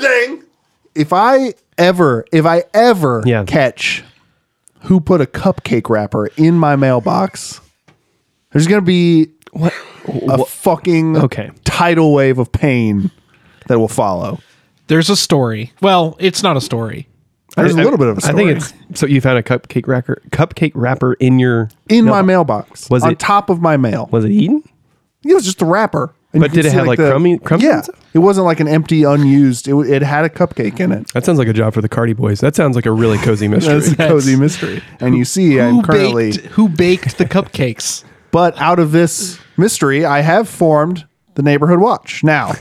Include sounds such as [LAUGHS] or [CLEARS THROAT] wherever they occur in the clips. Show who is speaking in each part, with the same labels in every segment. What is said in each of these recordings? Speaker 1: thing.
Speaker 2: If I ever, if I ever
Speaker 3: Yeah.
Speaker 2: catch who put a cupcake wrapper in my mailbox, there's gonna be
Speaker 3: What?
Speaker 2: a fucking
Speaker 3: Okay.
Speaker 2: tidal wave of pain that will follow.
Speaker 4: There's a story. Well, it's not a story.
Speaker 2: There's a
Speaker 3: I-
Speaker 2: little bit of a story.
Speaker 3: I think it's so you found a cupcake wrapper, cupcake wrapper in your
Speaker 2: in my
Speaker 3: mailbox.
Speaker 2: mailbox.
Speaker 3: Was
Speaker 2: on
Speaker 3: it-
Speaker 2: top of my mail?
Speaker 3: Was it eaten?
Speaker 2: it was just a wrapper. And you
Speaker 3: But
Speaker 2: could
Speaker 3: did it
Speaker 2: see,
Speaker 3: have, like, crummy- crumbs
Speaker 2: Yeah,
Speaker 3: and stuff?
Speaker 2: it wasn't like an empty, unused. It, w- it had a cupcake in it.
Speaker 3: That sounds like a job for the Cardi Boys. That sounds like a really cozy mystery.
Speaker 2: That's a
Speaker 3: [LAUGHS]
Speaker 2: cozy mystery. And you see, I'm
Speaker 4: Who
Speaker 2: currently.
Speaker 4: baked? Who baked the cupcakes?
Speaker 2: But out of this mystery, I have formed the neighborhood watch. Now,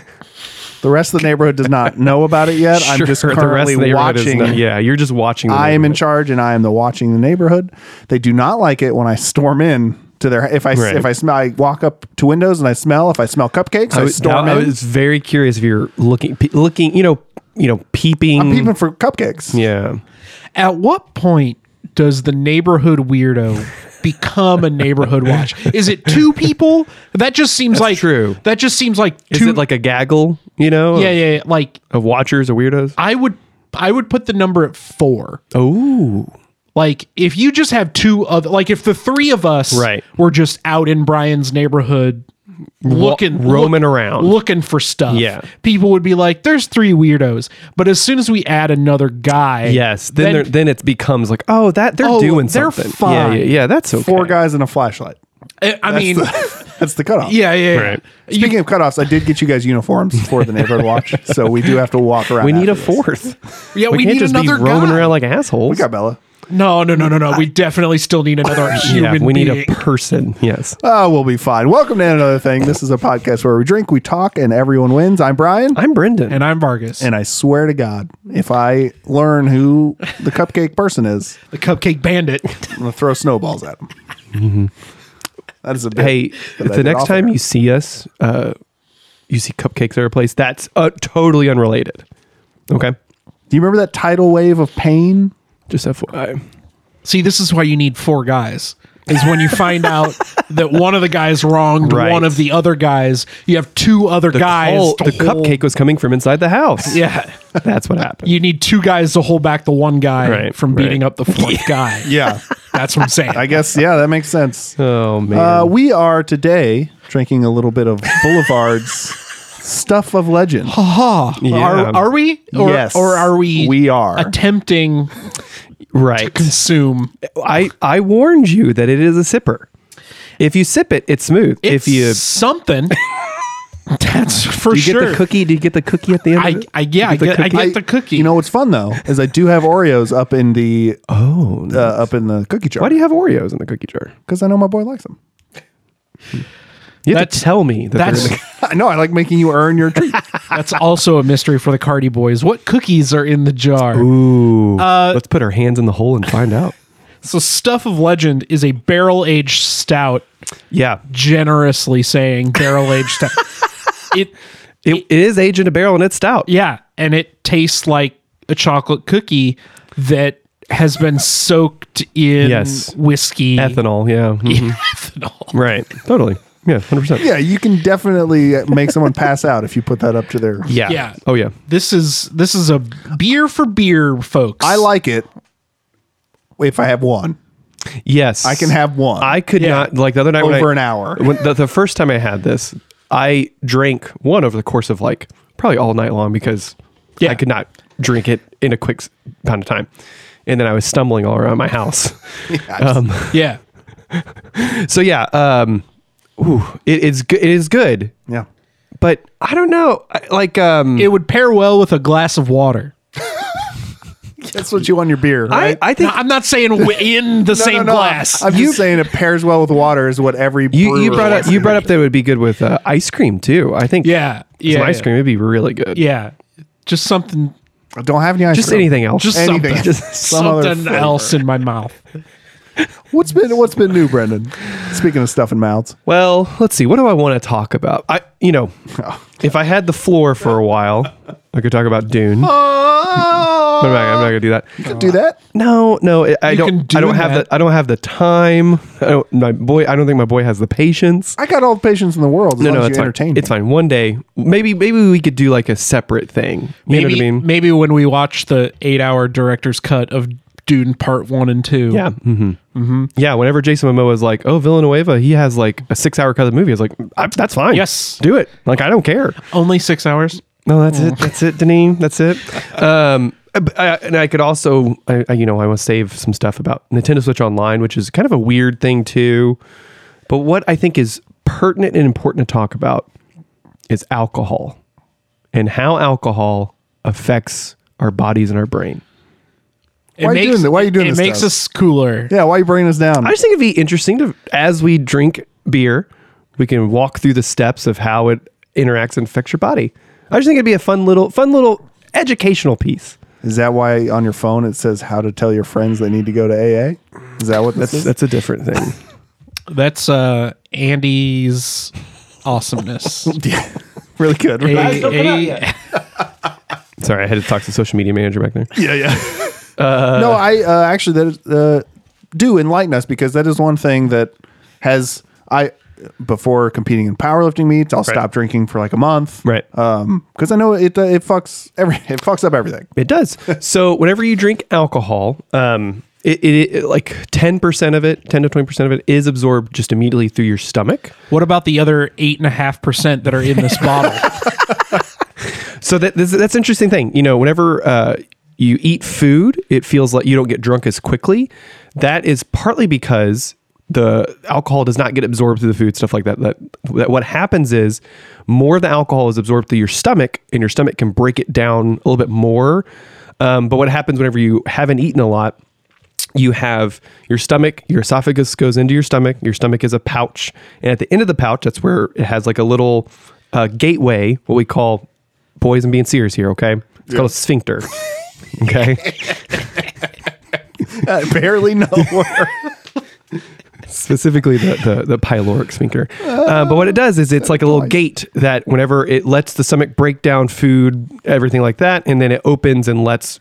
Speaker 2: the rest of the neighborhood does not know about it yet. I'm just
Speaker 3: Sure,
Speaker 2: currently
Speaker 3: neighborhood is
Speaker 2: watching.
Speaker 3: not- yeah, you're just watching. the
Speaker 2: I am in
Speaker 3: neighborhood.
Speaker 2: charge, and I am the watching the neighborhood. They do not like it when I storm in to their. If I s
Speaker 3: Right.
Speaker 2: if I smell, I walk up to windows and I smell. If I smell cupcakes, I,
Speaker 3: I was,
Speaker 2: storm
Speaker 3: now, I
Speaker 2: in.
Speaker 3: was very curious if you're looking, pe- looking, you know, you know, peeping.
Speaker 2: I'm peeping for cupcakes.
Speaker 3: Yeah,
Speaker 4: [LAUGHS] At what point does the neighborhood weirdo become a neighborhood watch? Is it two people? That just seems like
Speaker 3: true.
Speaker 4: That just seems like
Speaker 3: is
Speaker 4: two.
Speaker 3: it like a gaggle? You know,
Speaker 4: yeah, yeah, yeah. Like
Speaker 3: of watchers or weirdos.
Speaker 4: I would, I would put the number at four.
Speaker 3: Oh,
Speaker 4: Like if you just have two of, like if the three of us
Speaker 3: Right.
Speaker 4: were just out in Brian's neighborhood looking
Speaker 3: roaming around.
Speaker 4: looking for stuff
Speaker 3: Yeah.
Speaker 4: people would be like there's three weirdos but as soon as we add another guy
Speaker 3: yes. Then then, then it becomes like, oh, that they're
Speaker 4: Oh,
Speaker 3: doing
Speaker 4: they're
Speaker 3: something.
Speaker 4: fine.
Speaker 3: Yeah, yeah, yeah. That's okay.
Speaker 2: Four guys and a flashlight.
Speaker 4: eh, i, I mean
Speaker 2: That's the
Speaker 4: [LAUGHS]
Speaker 2: cutoff.
Speaker 4: yeah yeah, yeah.
Speaker 3: Right.
Speaker 2: Speaking of cutoffs, I did get you guys uniforms for the neighborhood watch, so we do have to walk around.
Speaker 3: We need
Speaker 2: after
Speaker 3: a
Speaker 2: this.
Speaker 3: fourth.
Speaker 4: Yeah, we
Speaker 3: can't
Speaker 4: need
Speaker 3: just
Speaker 4: another
Speaker 3: be roaming
Speaker 4: guy.
Speaker 3: around like assholes.
Speaker 2: We got Bella.
Speaker 4: No, no, no, no, no. We definitely still need another
Speaker 3: [LAUGHS] yeah,
Speaker 4: human
Speaker 3: we need
Speaker 4: being.
Speaker 3: a [LAUGHS] person. Yes.
Speaker 2: Oh, we'll be fine. Welcome to another thing. This is a podcast where we drink, we talk, and everyone wins. I'm Brian,
Speaker 3: I'm Brendan.
Speaker 4: and I'm Vargas.
Speaker 2: and I swear to God, if I learn who the cupcake person is,
Speaker 4: the Cupcake
Speaker 2: [LAUGHS]
Speaker 4: Bandit.
Speaker 2: I'm gonna throw snowballs at him. That is a bit
Speaker 3: Mm-hmm. hey,
Speaker 2: that I
Speaker 3: the
Speaker 2: did
Speaker 3: next
Speaker 2: off
Speaker 3: time
Speaker 2: air.
Speaker 3: you see us, uh, you see cupcakes at our place. That's uh, totally unrelated. Okay.
Speaker 2: Do you remember that tidal wave of pain?
Speaker 3: Just FYI.
Speaker 4: See, this is why you need four guys. Is when you
Speaker 3: [LAUGHS]
Speaker 4: find out that one of the guys wronged
Speaker 3: Right.
Speaker 4: one of the other guys. You have two other guys.
Speaker 3: Call-
Speaker 4: to
Speaker 3: the
Speaker 4: hold-
Speaker 3: cupcake was coming from inside the house.
Speaker 4: Yeah.
Speaker 3: [LAUGHS] That's what happened.
Speaker 4: You need two guys to hold back the one guy
Speaker 3: Right,
Speaker 4: from beating
Speaker 3: right.
Speaker 4: up the
Speaker 3: [LAUGHS]
Speaker 4: fourth guy.
Speaker 2: Yeah,
Speaker 4: That's what I'm saying.
Speaker 2: I guess. Yeah, that makes sense.
Speaker 3: [LAUGHS] oh, man.
Speaker 2: Uh, we are today drinking a little bit of Boulevard's stuff of
Speaker 3: [GASPS]
Speaker 2: legend.
Speaker 4: Are, are we? Or,
Speaker 2: Yes.
Speaker 4: or are we?
Speaker 2: We are.
Speaker 4: attempting
Speaker 3: right.
Speaker 4: consume.
Speaker 3: I, I warned you that it is a sipper. If you sip it, it's smooth. if
Speaker 4: It's
Speaker 3: you, [LAUGHS]
Speaker 4: something. That's for
Speaker 3: you
Speaker 4: sure.
Speaker 3: get the cookie, do you get the cookie at the end?
Speaker 4: I,
Speaker 3: of it?
Speaker 4: I yeah, I
Speaker 3: You
Speaker 4: get,
Speaker 3: the
Speaker 4: I
Speaker 3: cookie?
Speaker 4: get the cookie.
Speaker 2: You know what's fun though is I do have Oreos up in the
Speaker 3: Oh, no.
Speaker 2: uh, up in the cookie jar.
Speaker 3: Why do you have Oreos in the cookie jar?
Speaker 2: Because I know my boy likes
Speaker 3: [LAUGHS]
Speaker 2: them.
Speaker 3: You have
Speaker 4: That's-
Speaker 3: to tell me that
Speaker 4: that's
Speaker 3: they're in
Speaker 2: I know I like making you earn your treat.
Speaker 4: that's also a mystery for the Cardi boys. What cookies are in the jar?
Speaker 3: the- Ooh. let's put our hands in the hole and find out.
Speaker 4: So Stuff of Legend is a barrel aged stout,
Speaker 3: [LAUGHS] Yeah.
Speaker 4: generously saying barrel aged
Speaker 3: [LAUGHS]
Speaker 4: stout. It
Speaker 3: It, it is aged in a barrel and it's stout.
Speaker 4: yeah, and it tastes like a chocolate cookie that has been soaked in
Speaker 3: Yes.
Speaker 4: whiskey [LAUGHS]
Speaker 3: Ethanol, yeah. Mhm.
Speaker 4: ethanol.
Speaker 3: Right. Totally. Yeah,
Speaker 2: [LAUGHS]
Speaker 3: 100%.
Speaker 2: yeah, you can definitely make someone pass out if you put that up to their.
Speaker 3: Yeah.
Speaker 4: Yeah.
Speaker 3: Oh, yeah.
Speaker 4: This is this is a beer for beer, folks.
Speaker 2: I like it. If I have one,
Speaker 3: Yes.
Speaker 2: I can have one.
Speaker 3: I could
Speaker 4: Yeah.
Speaker 3: not, like the other night when
Speaker 2: Over
Speaker 3: I-
Speaker 2: an hour.
Speaker 3: When the, the first time I had this, I drank one over the course of like probably all night long because
Speaker 4: Yeah.
Speaker 3: I could not drink it in a quick s- amount of time. And then I was stumbling all around my
Speaker 2: [LAUGHS]
Speaker 3: house. Um,
Speaker 4: yeah.
Speaker 3: So yeah, um, ooh, it, it's good. It is good,
Speaker 2: yeah.
Speaker 3: but I don't know. I- Like, um,
Speaker 4: It would pair well with a glass of water.
Speaker 2: That's what you want your beer,
Speaker 3: I,
Speaker 2: right?
Speaker 3: I
Speaker 4: No,
Speaker 3: think
Speaker 4: I'm not
Speaker 3: [LAUGHS]
Speaker 4: saying wi- in the same glass.
Speaker 2: I'm just saying it pairs well with water is what every
Speaker 3: you, you
Speaker 2: brewer
Speaker 3: brought up
Speaker 2: wants
Speaker 3: you
Speaker 2: to
Speaker 3: brought up that it would be good with uh, ice cream too. I think
Speaker 4: Yeah,
Speaker 3: with
Speaker 4: yeah,
Speaker 3: some ice
Speaker 4: yeah.
Speaker 3: cream would be really good.
Speaker 4: yeah, just something,
Speaker 2: be. I don't have any ice
Speaker 3: just
Speaker 2: cream.
Speaker 3: anything else.
Speaker 4: just
Speaker 2: Anything.
Speaker 4: something,
Speaker 2: [LAUGHS] Just some other
Speaker 4: something
Speaker 2: flavor.
Speaker 4: else in my mouth.
Speaker 2: What's been what's been new, Brendan? Speaking of stuffing mouths,
Speaker 3: Well, let's see. What do I want to talk about? I,
Speaker 4: [LAUGHS]
Speaker 3: you know, if I had the floor for a while, I could talk about Dune. But I'm not, I'm not gonna do that.
Speaker 2: Could do that.
Speaker 3: No, no, I- I
Speaker 4: You can
Speaker 3: don't.
Speaker 4: do
Speaker 3: I don't have
Speaker 4: that.
Speaker 3: the. I don't have the time. I don't, my boy, I don't think my boy has the patience.
Speaker 2: I got all the patience in the world. As
Speaker 3: No,
Speaker 2: long
Speaker 3: no,
Speaker 2: as
Speaker 3: it's
Speaker 2: you
Speaker 3: fine.
Speaker 2: entertain me.
Speaker 3: It's fine. One day, maybe, maybe we could do like a separate thing. You know
Speaker 4: Maybe,
Speaker 3: what I mean?
Speaker 4: maybe when we watch the eight hour director's cut of Dune Part 1 and 2.
Speaker 3: Yeah. Mm-hmm. Yeah. Whenever Jason Momoa is like, "Oh, Villanueva," he has like a six-hour cut of the movie. I was like, I, "That's fine.
Speaker 4: Yes.
Speaker 3: do it. Like, I don't care."
Speaker 4: Only six hours.
Speaker 3: No, that's it. That's it, Deneen. That's [LAUGHS] it. Um, but I- and I could also, I, I, you know, I want to save some stuff about Nintendo Switch Online, which is kind of a weird thing too. But what I think is pertinent and important to talk about is alcohol and how alcohol affects our bodies and our brain.
Speaker 4: It
Speaker 2: Why you doing that? Why you doing
Speaker 4: it
Speaker 2: this
Speaker 4: makes
Speaker 2: stuff?
Speaker 4: us cooler.
Speaker 2: Yeah, why are you bringing us down?
Speaker 3: I just think it'd be interesting to, as we drink beer, we can walk through the steps of how it interacts and affects your body. I just think it'd be a fun little, fun little educational piece.
Speaker 2: is that why on your phone it says how to tell your friends they need to go to AA? Is that what this is?
Speaker 3: That's a different thing.
Speaker 4: That's uh, Andy's
Speaker 2: [LAUGHS]
Speaker 4: awesomeness.
Speaker 2: [LAUGHS] really good.
Speaker 4: A-
Speaker 2: right?
Speaker 4: a-
Speaker 3: [LAUGHS] Sorry, I had to talk to the social media manager back there.
Speaker 2: yeah, yeah. no, I uh, actually that is, uh, do enlighten us because that is one thing that has I before competing in powerlifting meets, I'll stop drinking for like a month,
Speaker 3: [LAUGHS] Right.
Speaker 2: Um, because I know it uh, it fucks every [LAUGHS] it fucks up everything.
Speaker 3: It does. so whenever you drink alcohol, um, it, it, it like ten percent of it, ten to twenty percent of it, is absorbed just immediately through your stomach.
Speaker 4: what about the other 8.5% that are in this
Speaker 2: [LAUGHS]
Speaker 4: bottle?
Speaker 3: So that this, that's an interesting thing. You know, whenever uh, you eat food, it feels like you don't get drunk as quickly. That is partly because the alcohol does not get absorbed through the food, stuff like that. That, that what happens is more of the alcohol is absorbed through your stomach, and your stomach can break it down a little bit more. Um, but what happens whenever you haven't eaten a lot? you have your stomach, your esophagus goes into your stomach. Your stomach is a pouch. And at the end of the pouch, that's where it has like a little uh, gateway, what we call, boys, and being serious here, okay? It's called a sphincter. Okay.
Speaker 2: I barely know [LAUGHS] where.
Speaker 3: specifically the, the, the pyloric sphincter. Uh, but what it does is it's like a little gate that whenever it lets the stomach break down food, everything like that, and then it opens and lets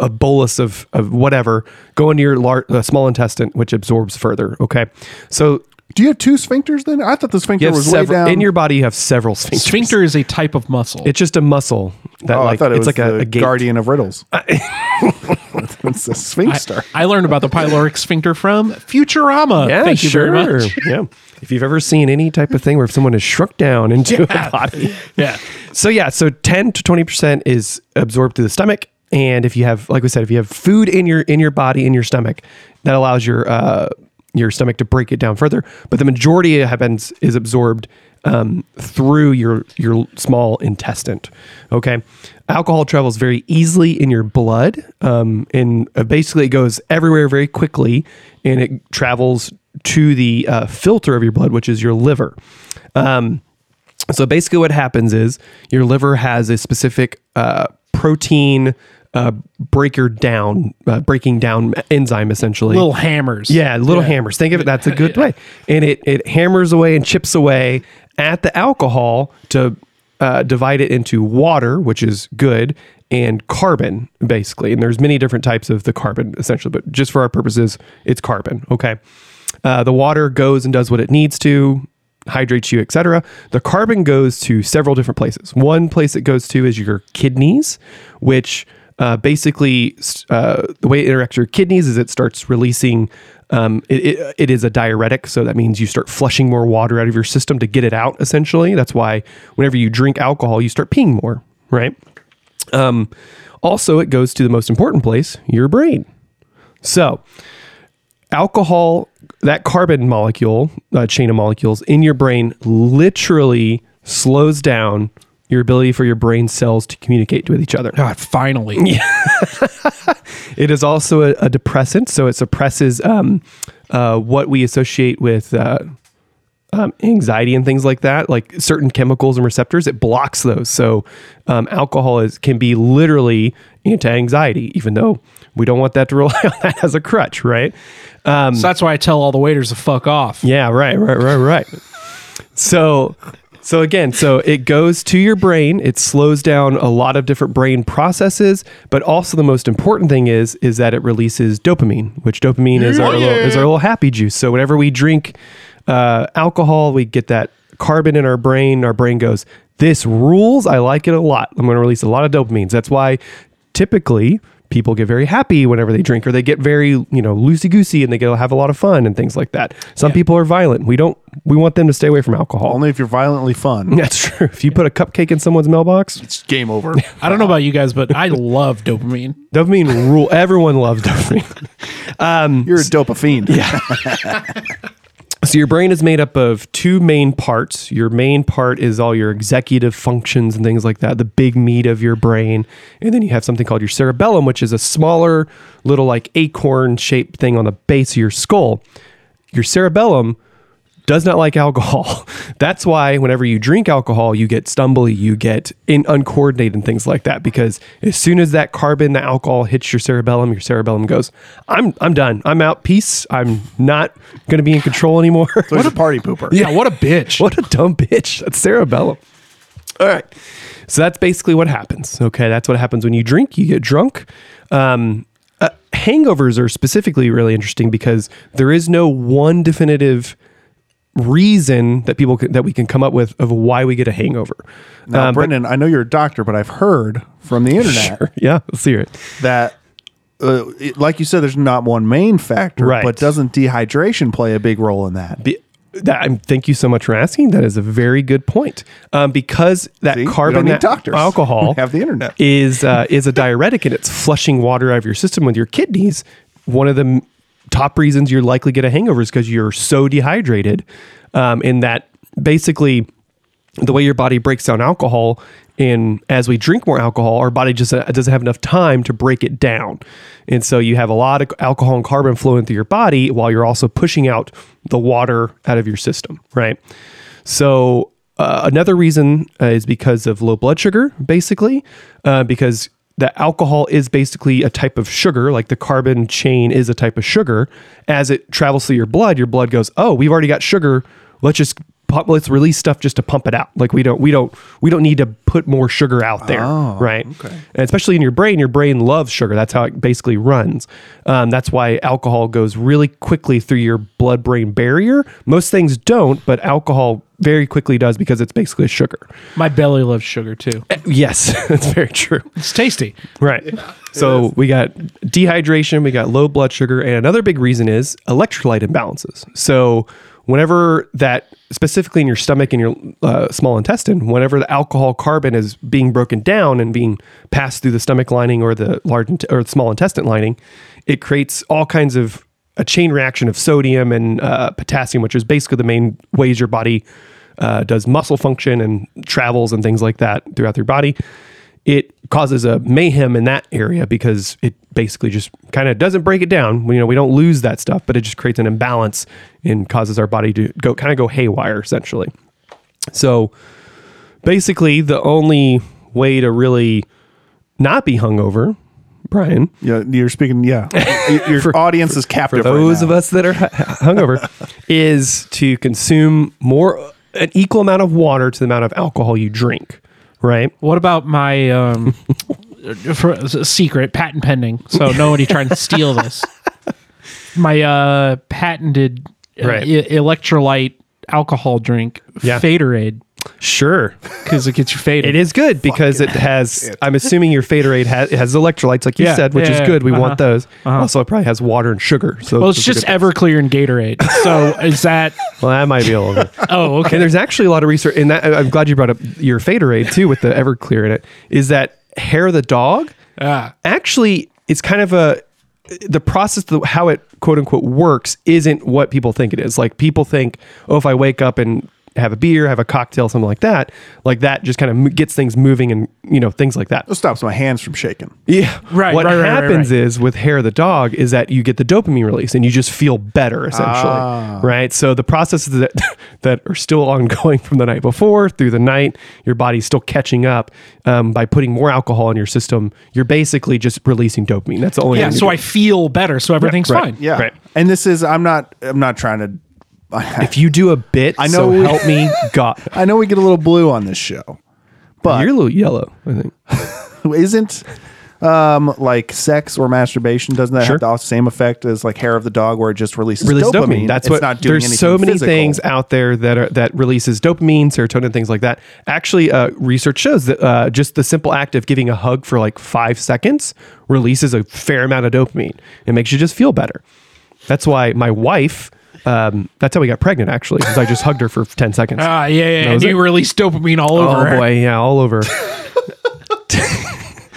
Speaker 3: a bolus of, of whatever go into your lar- uh, small intestine, which absorbs further. Okay. So
Speaker 2: Do you have two sphincters then? I thought the sphincter
Speaker 3: you have
Speaker 2: was way
Speaker 3: several,
Speaker 2: down
Speaker 3: in your body, you
Speaker 2: [LAUGHS]
Speaker 3: have several sphincters.
Speaker 4: Sphincter is a type of muscle.
Speaker 3: It's just a muscle that
Speaker 2: Oh,
Speaker 3: like,
Speaker 2: I thought it was
Speaker 3: it's like a,
Speaker 2: the
Speaker 3: a gate.
Speaker 2: guardian of
Speaker 3: [LAUGHS]
Speaker 2: riddles. [LAUGHS] it's a sphincter.
Speaker 4: I learned about the pyloric sphincter from Futurama.
Speaker 3: Yeah,
Speaker 4: Thank you
Speaker 3: sure.
Speaker 4: very much.
Speaker 3: yeah. If you've ever seen any type of thing where someone is shrunk down
Speaker 2: [LAUGHS]
Speaker 3: into a body,
Speaker 4: Yeah.
Speaker 3: So yeah, so 10 to 20% is absorbed through the stomach and if you have like we said if you have food in your in your body in your stomach that allows your uh your stomach to break it down further, but the majority of it happens is absorbed um, through your your small intestine. Okay, alcohol travels very easily in your blood, um, and uh, basically it goes everywhere very quickly, and it travels to the uh, filter of your blood, which is your liver. So basically, what happens is your liver has a specific uh, protein uh, breaker down, uh, breaking down enzyme essentially.
Speaker 4: Little hammers.
Speaker 3: yeah, little hammers. Think of it. That's a good way. And it it hammers away and chips away at the alcohol to uh, divide it into water, which is good, and carbon basically. And there's many different types of the carbon essentially, but just for our purposes, it's carbon. Okay. Uh, the water goes and does what it needs to, hydrates you, etc. The carbon goes to several different places. One place it goes to is your kidneys, which uh, basically s- uh, the way it interacts with your kidneys is it starts releasing. Um, it, it, it is a diuretic, so that means you start flushing more water out of your system to get it out. Essentially, that's why whenever you drink alcohol, you start peeing more, right? Um, also, it goes to the most important place, your brain. So, alcohol, that carbon molecule, uh, chain of molecules in your brain literally slows down your ability for your brain cells to communicate with each other.
Speaker 4: God, Ah, finally.
Speaker 3: [LAUGHS] It is also a, a depressant, so it suppresses um, uh, what we associate with uh, um, anxiety and things like that, like certain chemicals and receptors. It blocks those. So um, alcohol is can be literally anti-anxiety, even though we don't want that to [LAUGHS] rely on that as a crutch, right?
Speaker 4: So that's why I tell all the waiters to fuck off.
Speaker 3: Yeah, right, right, right, right. so So again, so it goes to your brain. It slows down a lot of different brain processes, but also the most important thing is is that it releases dopamine, which dopamine is our
Speaker 4: Yeah.
Speaker 3: little is our little happy juice. So whenever we drink uh, alcohol, we get that carbon in our brain. Our brain goes, "This rules. I like it a lot. I'm going to release a lot of dopamines." That's why typically people get very happy whenever they drink or they get very you know loosey goosey and they get to have a lot of fun and things like that some people are violent we don't we want them to stay away from alcohol
Speaker 2: Only if you're violently fun.
Speaker 3: [LAUGHS] that's true. If you put a cupcake in someone's mailbox,
Speaker 2: it's game
Speaker 3: [LAUGHS]
Speaker 2: over.
Speaker 4: I don't know about you guys, but I love dopamine.
Speaker 3: dopamine rule. [LAUGHS] Everyone loves dopamine. [LAUGHS]
Speaker 2: You're a dopa fiend. Yeah.
Speaker 3: So your brain is made up of two main parts. Your main part is all your executive functions and things like that, the big meat of your brain. And then you have something called your cerebellum, which is a smaller little like acorn shaped thing on the base of your skull. Your cerebellum does not like alcohol. [LAUGHS] That's why whenever you drink alcohol, you get stumbly, you get in uncoordinated and things like that. Because as soon as that carbon, the alcohol hits your cerebellum, your cerebellum goes, I'm I'm done. I'm out. Peace. I'm not gonna be in control anymore. [LAUGHS]
Speaker 2: What a party pooper.
Speaker 4: Yeah, what a bitch.
Speaker 3: What a dumb bitch. That's cerebellum. All right. So that's basically what happens. Okay. That's what happens when you drink. You get drunk. Um, uh, hangovers are specifically really interesting because there is no one definitive reason that people can, that we can come up with of why we get a hangover. Um,
Speaker 2: Now, Brendan, I know you're a doctor, but I've heard from the
Speaker 3: [LAUGHS]
Speaker 2: internet
Speaker 3: Yeah, let's hear it.
Speaker 2: that, uh, it- like you said, there's not one main factor,
Speaker 3: Right.
Speaker 2: but doesn't dehydration play a big role in that?
Speaker 3: Be- that, I'm, thank you so much for asking. That is a very good point. Um, because that
Speaker 2: See? We
Speaker 3: carbon,
Speaker 2: don't need
Speaker 3: that
Speaker 2: doctors. [LAUGHS]
Speaker 3: alcohol,
Speaker 2: We have the internet. [LAUGHS]
Speaker 3: is uh, is a diuretic and it's flushing water out of your system with your kidneys. One of the m- top reasons you're likely get a hangover is because you're so dehydrated, um, and that basically the way your body breaks down alcohol and as we drink more alcohol our body just uh, doesn't have enough time to break it down and so you have a lot of alcohol and carbon flowing through your body while you're also pushing out the water out of your system right so uh, another reason uh, is because of low blood sugar basically uh, because the alcohol is basically a type of sugar, like the carbon chain is a type of sugar. As it travels through your blood, your blood goes, "Oh, we've already got sugar. Let's just pump, let's release stuff just to pump it out. Like we don't we don't we don't need to put more sugar out there, right? And especially in your brain, your brain loves sugar. That's how it basically runs. Um, that's why alcohol goes really quickly through your blood-brain barrier. Most things don't, but alcohol very quickly does because it's basically a sugar.
Speaker 4: My belly loves sugar too.
Speaker 3: [LAUGHS] Yes, that's very true.
Speaker 4: It's tasty.
Speaker 3: Right. so we got dehydration, we got low blood sugar, and another big reason is electrolyte imbalances. So whenever that, specifically in your stomach and your uh, small intestine, whenever the alcohol carbon is being broken down and being passed through the stomach lining or the large int- or the small intestine lining, it creates all kinds of a chain reaction of sodium and uh, potassium, which is basically the main ways your body uh, does muscle function and travels and things like that throughout your body it causes a mayhem in that area because it basically just kind of doesn't break it down. We, you know, we don't lose that stuff, but it just creates an imbalance and causes our body to go kind of go haywire essentially. So basically, the only way to really not be hungover, Brian,
Speaker 2: Yeah, you're speaking.
Speaker 3: [LAUGHS]
Speaker 2: Yeah, Y- your audience is captive.
Speaker 3: for those
Speaker 2: right
Speaker 3: of
Speaker 2: now.
Speaker 3: us that are hu- hungover is to consume more an equal amount of water to the amount of alcohol you drink, right?
Speaker 4: What about my um [LAUGHS] for, it's a secret patent pending?
Speaker 3: [LAUGHS]
Speaker 4: So nobody trying to steal this. My uh patented uh,
Speaker 3: Right.
Speaker 4: e- electrolyte alcohol drink,
Speaker 3: Yeah.
Speaker 4: Faderade,
Speaker 3: Sure.
Speaker 4: because it gets you faded.
Speaker 3: It is good because it has. I'm assuming your Faderade has, it has electrolytes, like you
Speaker 4: Yeah,
Speaker 3: said, which
Speaker 4: yeah,
Speaker 3: is
Speaker 4: yeah,
Speaker 3: good. We
Speaker 4: uh-huh,
Speaker 3: want those. Also, it probably has water and sugar. So
Speaker 4: Well, it's
Speaker 3: those are
Speaker 4: just
Speaker 3: good.
Speaker 4: Everclear and Gatorade. So is that?
Speaker 3: well, that might be a little. bit.
Speaker 4: Oh,
Speaker 3: [LAUGHS] And
Speaker 4: okay.
Speaker 3: there's actually a lot of research, and that I- I'm glad you brought up your Faderade too with the Everclear in it. Is that hair of the dog?
Speaker 4: Ah.
Speaker 3: actually, it's kind of a the process the, how it quote unquote works isn't what people think it is. Like people think, oh, if I wake up and have a beer, have a cocktail, something like that, like that just kind of mo- gets things moving and you know things like that.
Speaker 2: It stops my hands from shaking.
Speaker 3: Yeah.
Speaker 4: Right,
Speaker 3: What
Speaker 4: right, right, right,
Speaker 3: happens is with hair of the dog is that you get the dopamine release and you just feel better essentially.
Speaker 4: Ah.
Speaker 3: Right. So the processes that [LAUGHS] that are still ongoing from the night before through the night, your body's still catching up. Um, by putting more alcohol in your system, you're basically just releasing dopamine. That's the only.
Speaker 4: yeah.
Speaker 3: thing you
Speaker 4: So
Speaker 3: do.
Speaker 4: I feel better. So everything's fine.
Speaker 2: Yeah,
Speaker 3: Right.
Speaker 2: and this is. I'm not. I'm not trying to [LAUGHS]
Speaker 3: If you do a bit, I
Speaker 2: I
Speaker 3: know.
Speaker 2: know we-
Speaker 3: help me,
Speaker 4: [LAUGHS]
Speaker 3: God.
Speaker 2: I know we get a little blue on this show, but
Speaker 3: You're a little yellow. I think.
Speaker 2: isn't um like sex or masturbation doesn't that
Speaker 3: Sure.
Speaker 2: have the same effect as like hair of the dog where it just releases,
Speaker 3: Release
Speaker 2: dopamine.
Speaker 3: dopamine. That's
Speaker 2: It's
Speaker 3: what.
Speaker 2: not doing anything
Speaker 3: there's so many
Speaker 2: physical.
Speaker 3: things out there that are that releases dopamine, serotonin, things like that. Actually, uh, research shows that uh, just the simple act of giving a hug for like five seconds releases a fair amount of dopamine. It makes you just feel better. That's why my wife. Um, that's how we got pregnant. Actually, because I just hugged her for ten seconds.
Speaker 4: Ah, yeah, yeah.
Speaker 3: That was
Speaker 4: And
Speaker 3: it.
Speaker 4: you release dopamine all
Speaker 3: Oh
Speaker 4: over. her.
Speaker 3: boy, yeah, all over. [LAUGHS]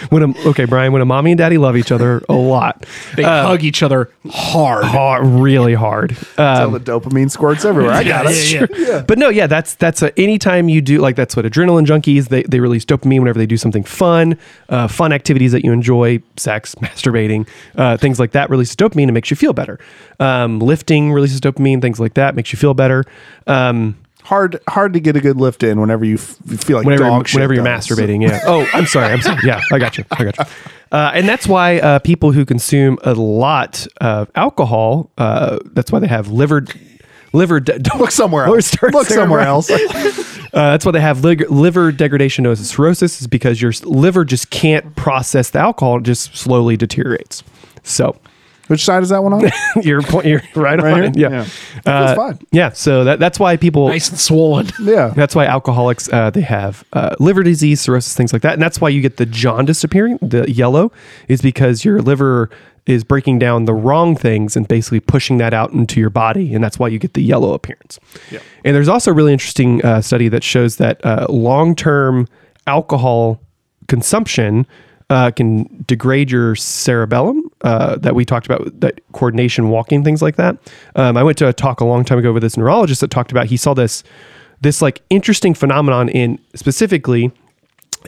Speaker 3: when a, okay, Brian, when a mommy and daddy love each other a lot,
Speaker 4: They hug each other hard.
Speaker 3: Uh, hard, really hard. Uh,
Speaker 2: Until the dopamine squirts everywhere. I got it.
Speaker 4: Yeah, yeah, yeah.
Speaker 3: But no, yeah, that's that's a, anytime you do like that's what adrenaline junkies they they release dopamine whenever they do something fun, uh, fun activities that you enjoy, sex, [LAUGHS] masturbating, uh, things like that releases dopamine and makes you feel better. Um, lifting releases dopamine, things like that makes you feel better. Um,
Speaker 2: Hard hard to get a good lift in whenever you f- you feel like
Speaker 3: whenever
Speaker 2: dog
Speaker 3: you're,
Speaker 2: shit
Speaker 3: whenever you're
Speaker 2: does. [LAUGHS]
Speaker 3: masturbating. Yeah. Oh, I'm sorry. I'm sorry. Yeah, I got you. I got you. Uh, and that's why uh, people who consume a lot of alcohol, uh, that's why they have liver, liver. [LAUGHS] De-
Speaker 2: Look somewhere
Speaker 3: Or
Speaker 2: else.
Speaker 3: start
Speaker 2: Look
Speaker 3: staring
Speaker 2: somewhere
Speaker 3: around.
Speaker 2: else. [LAUGHS]
Speaker 3: Uh, that's why they have lig- liver degradation known as cirrhosis, is because your s- liver just can't process the alcohol; it just slowly deteriorates. So [LAUGHS]
Speaker 2: Which side is that one on?
Speaker 3: your point, you're right,
Speaker 2: Right
Speaker 3: on.
Speaker 2: here?
Speaker 3: Yeah,
Speaker 2: Yeah.
Speaker 3: Uh,
Speaker 2: That's fine.
Speaker 3: Yeah, so that, that's why people
Speaker 4: Nice and
Speaker 3: [LAUGHS]
Speaker 4: swollen.
Speaker 2: Yeah.
Speaker 3: That's why alcoholics uh, they have uh, liver disease, cirrhosis, things like that, and that's why you get the jaundice appearing. The yellow is because your liver is breaking down the wrong things and basically pushing that out into your body, and that's why you get the yellow appearance. And there's also a really interesting uh, study that shows that uh, long-term alcohol consumption uh, can degrade your cerebellum uh, that we talked about that coordination walking things like that um, i went to a talk a long time ago with this neurologist that talked about he saw this this like interesting phenomenon in specifically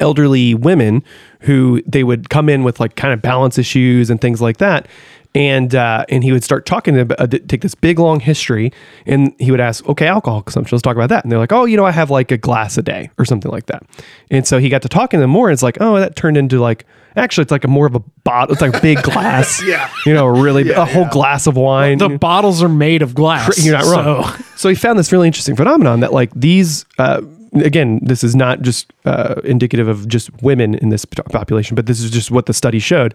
Speaker 3: elderly women who they would come in with like kind of balance issues and things like that and uh, and he would start talking to them, uh, take this big long history and he would ask okay alcohol consumption let's talk about that and they're like oh you know i have like a glass a day or something like that and so he got to talking to them more and it's like oh that turned into like actually it's like a more of a bottle it's like a big glass [LAUGHS] yeah you know really a whole glass of wine
Speaker 4: The bottles are made of glass.
Speaker 3: you're not wrong. So. he found this really interesting phenomenon that like these, uh, again, this is not just uh, indicative of just women in this p- population, but this is just what the study showed,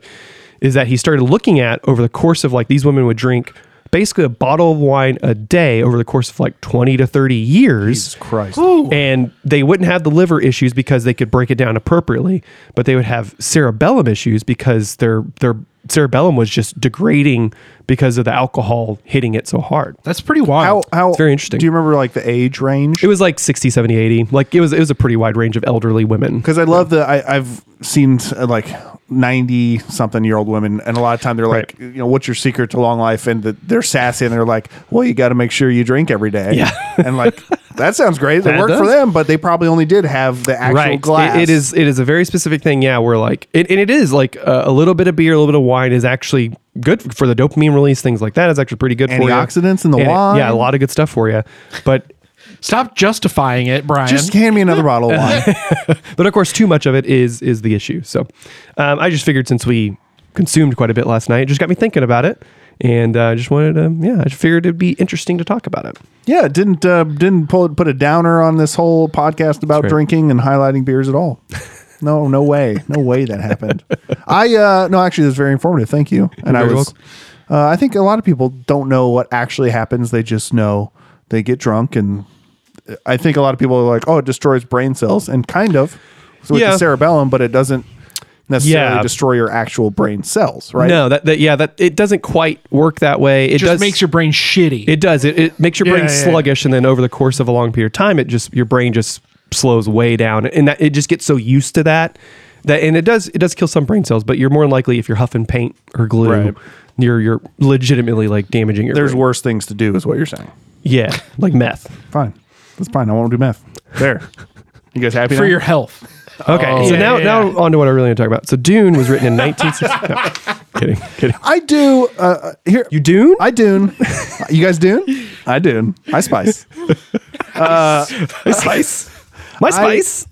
Speaker 3: is that he started looking at over the course of like these women would drink basically a bottle of wine a day over the course of like 20 to 30 years
Speaker 2: Christ.
Speaker 3: and they wouldn't have the liver issues because they could break it down appropriately, but they would have cerebellum issues because their their cerebellum was just degrading because of the alcohol hitting it so hard.
Speaker 4: That's pretty
Speaker 2: How
Speaker 4: wild.
Speaker 2: how
Speaker 3: It's very interesting.
Speaker 2: Do you remember like the age range?
Speaker 3: It was like 60, 70, 80. Like it was it was a pretty wide range of elderly women.
Speaker 2: because I love the I, I've seen uh, like ninety something year old women, and a lot of time they're like, you know, what's your secret to long life? And the, they're sassy and they're like, well, you got to make sure you drink every day.
Speaker 3: Yeah.
Speaker 2: and
Speaker 3: [LAUGHS]
Speaker 2: like that sounds great. It
Speaker 3: That
Speaker 2: worked for
Speaker 3: does.
Speaker 2: them, but they probably only did have the actual
Speaker 3: Right. It-
Speaker 2: glass.
Speaker 3: it is it is a very specific thing. Yeah, we're like it, and it is like uh, a little bit of beer, a little bit of wine is actually good for the dopamine release, things like that. It's actually pretty good for you.
Speaker 2: Antioxidants in the wine.
Speaker 3: Yeah, a lot of good stuff for you. But
Speaker 4: Stop justifying it, Brian.
Speaker 2: Just hand me another bottle of
Speaker 3: [LAUGHS]
Speaker 2: wine.
Speaker 3: but of course too much of it is is the issue so um, i just figured since we consumed quite a bit last night it just got me thinking about it and uh, i just wanted to yeah i just figured it'd be interesting to talk about it
Speaker 2: yeah, it didn't uh, didn't pull put a downer on this whole podcast about
Speaker 3: right.
Speaker 2: drinking and highlighting beers at
Speaker 3: [LAUGHS]
Speaker 2: all. No, no way, no way that happened. I uh, no, actually, it was very informative. Thank you. And I
Speaker 3: very
Speaker 2: was, uh, I think a lot of people don't know what actually happens. They just know they get drunk, and I think a lot of people are like, "Oh, it destroys brain cells," and kind of so with
Speaker 3: Yeah.
Speaker 2: the cerebellum, but it doesn't necessarily
Speaker 3: Yeah.
Speaker 2: destroy your actual brain cells, right?
Speaker 3: no that, that yeah that it doesn't quite work that way it
Speaker 4: It just
Speaker 3: does
Speaker 4: makes your brain shitty.
Speaker 3: it does it, it makes your brain
Speaker 4: Yeah, yeah, yeah.
Speaker 3: sluggish and then over the course of a long period of time it just your brain just slows way down and that it just gets so used to that that and it does it does kill some brain cells but you're more likely if you're huffing paint or glue
Speaker 2: Right.
Speaker 3: you're you're legitimately like damaging your
Speaker 2: There's
Speaker 3: brain.
Speaker 2: worse things to do, is what you're saying.
Speaker 3: yeah like meth
Speaker 2: Fine, that's fine. I won't do meth. There, you guys happy
Speaker 4: for
Speaker 2: now?
Speaker 4: your health.
Speaker 3: Okay, so
Speaker 4: Oh, Yeah,
Speaker 3: now
Speaker 4: yeah,
Speaker 3: now on to what I really want to talk about. So Dune
Speaker 4: [LAUGHS]
Speaker 3: was written in 1960. no, kidding, kidding.
Speaker 2: I do. Uh, here,
Speaker 3: You Dune?
Speaker 2: I Dune. you guys Dune? I Dune. Uh, I [LAUGHS] Spice.
Speaker 3: My spice. My spice.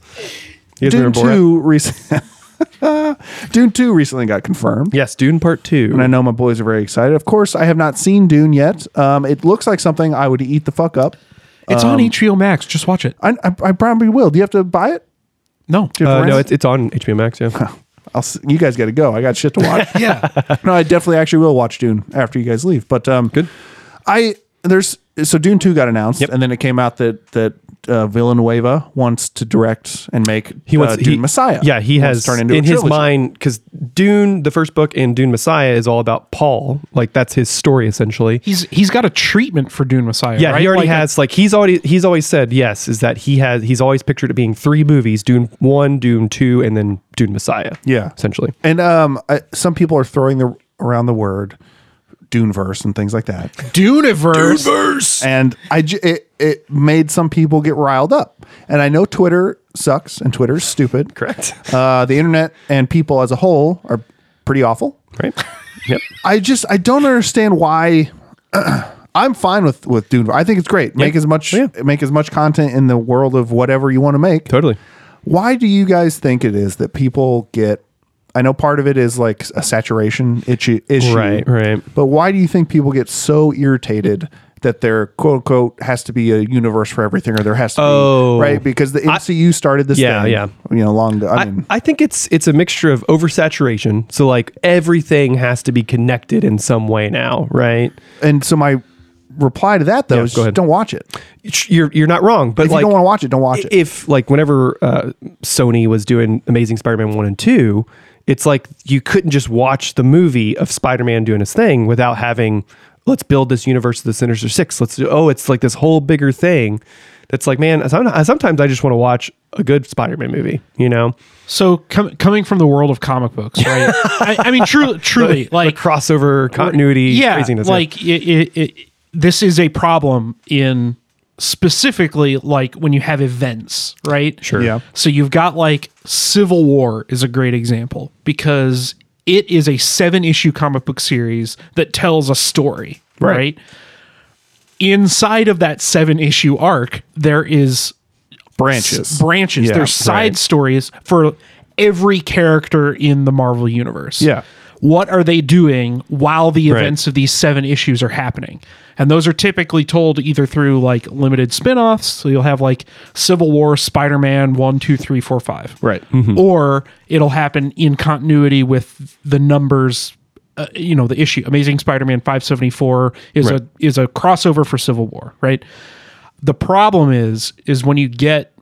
Speaker 3: You guys
Speaker 2: Dune
Speaker 3: remember Borat?
Speaker 2: Two recent. [LAUGHS] Dune 2 recently got confirmed.
Speaker 3: Yes, Dune Part Two.
Speaker 2: And I know my boys are very excited. Of course, I have not seen Dune yet. Um, it looks like something I would eat the fuck up.
Speaker 4: It's
Speaker 3: Um,
Speaker 4: on HBO Max. Just watch it.
Speaker 2: I, I, I probably will. Do you have to buy it?
Speaker 4: No.
Speaker 2: Do you have
Speaker 3: Uh,
Speaker 2: to
Speaker 3: no,
Speaker 2: rent
Speaker 3: it's, it's on HBO Max. Yeah,
Speaker 2: I'll, s- you guys got to go. I got shit to watch.
Speaker 4: [LAUGHS] yeah.
Speaker 2: no, I definitely actually will watch Dune after you guys leave. But um,
Speaker 3: Good.
Speaker 2: I there's so Dune two got announced,
Speaker 3: Yep.
Speaker 2: and then it came out that that uh, Villanueva wants to direct and make
Speaker 3: he wants
Speaker 2: uh, Dune Messiah.
Speaker 3: Yeah, he
Speaker 2: Wants
Speaker 3: has
Speaker 2: to turn
Speaker 3: in
Speaker 2: into a
Speaker 3: his
Speaker 2: trilogy.
Speaker 3: mind because Dune, the first book, and Dune Messiah is all about Paul. Like that's his story essentially.
Speaker 4: He's he's got a treatment for Dune Messiah.
Speaker 3: Yeah,
Speaker 4: right?
Speaker 3: he already
Speaker 4: Like a-
Speaker 3: has like he's already he's always said yes is that he has he's always pictured it being three movies: Dune One, Dune Two, and then Dune Messiah.
Speaker 2: Yeah.
Speaker 3: essentially.
Speaker 2: And um, I, some people are throwing the around the word Duneverse and things like that.
Speaker 3: [LAUGHS]
Speaker 4: Duneverse.
Speaker 2: and I j- it, it made some people get riled up. And I know Twitter sucks and Twitter's stupid.
Speaker 3: Correct.
Speaker 2: Uh, the internet and people as a whole are pretty awful.
Speaker 3: Right. yep.
Speaker 2: I just I don't understand why. [CLEARS THROAT] I'm fine with with Dune. I think it's great. Make as much
Speaker 3: Yeah.
Speaker 2: make as much content in the world of whatever you want to make.
Speaker 3: Totally.
Speaker 2: Why do you guys think it is that people get? I know part of it is like a saturation issue, issue
Speaker 3: Right, right.
Speaker 2: But why do you think people get so irritated that there quote unquote has to be a universe for everything, or there has to
Speaker 3: Oh.
Speaker 2: be right because the MCU started this
Speaker 3: Yeah,
Speaker 2: thing,
Speaker 3: yeah.
Speaker 2: you know, long. I, mean,
Speaker 3: I think it's it's a mixture of oversaturation. So like everything has to be connected in some way now, right?
Speaker 2: and so my reply to that though
Speaker 3: Yeah,
Speaker 2: is
Speaker 3: go ahead.
Speaker 2: don't watch it.
Speaker 3: You're you're not wrong, but
Speaker 2: If
Speaker 3: like
Speaker 2: you don't want to watch it, don't watch it.
Speaker 3: if like whenever uh, Sony was doing Amazing Spider-Man one and two, it's like you couldn't just watch the movie of Spider-Man doing his thing without having let's build this universe of the Sinister Six. Let's do oh, it's like this whole bigger thing. That's like man, som- sometimes I just want to watch a good Spider-Man movie. You know,
Speaker 4: So com- coming from the world of comic books,
Speaker 3: [LAUGHS]
Speaker 4: right? I, I mean, truly, truly,
Speaker 3: the
Speaker 4: like
Speaker 3: crossover continuity.
Speaker 4: yeah,
Speaker 3: craziness,
Speaker 4: like It, it, it, this is a problem in specifically like when you have events, right?
Speaker 3: Sure.
Speaker 2: Yeah.
Speaker 4: So you've got like Civil War is a great example because it is a seven issue comic book series that tells a story,
Speaker 2: Right.
Speaker 4: right? Inside of that seven issue arc, there is
Speaker 2: branches,
Speaker 4: branches.
Speaker 2: Yeah,
Speaker 4: There's side stories for every character in the Marvel universe.
Speaker 2: Yeah.
Speaker 4: What are they doing while the
Speaker 3: Right.
Speaker 4: events of these seven issues are happening? And those are typically told either through like limited spin-offs, so you'll have like Civil War, Spider-Man, one, two, three, four, five.
Speaker 2: Right.
Speaker 4: Or it'll happen in continuity with the numbers uh, you know the issue amazing spider-man 574 is
Speaker 3: Right.
Speaker 4: a is a crossover for civil war right the problem is is when you get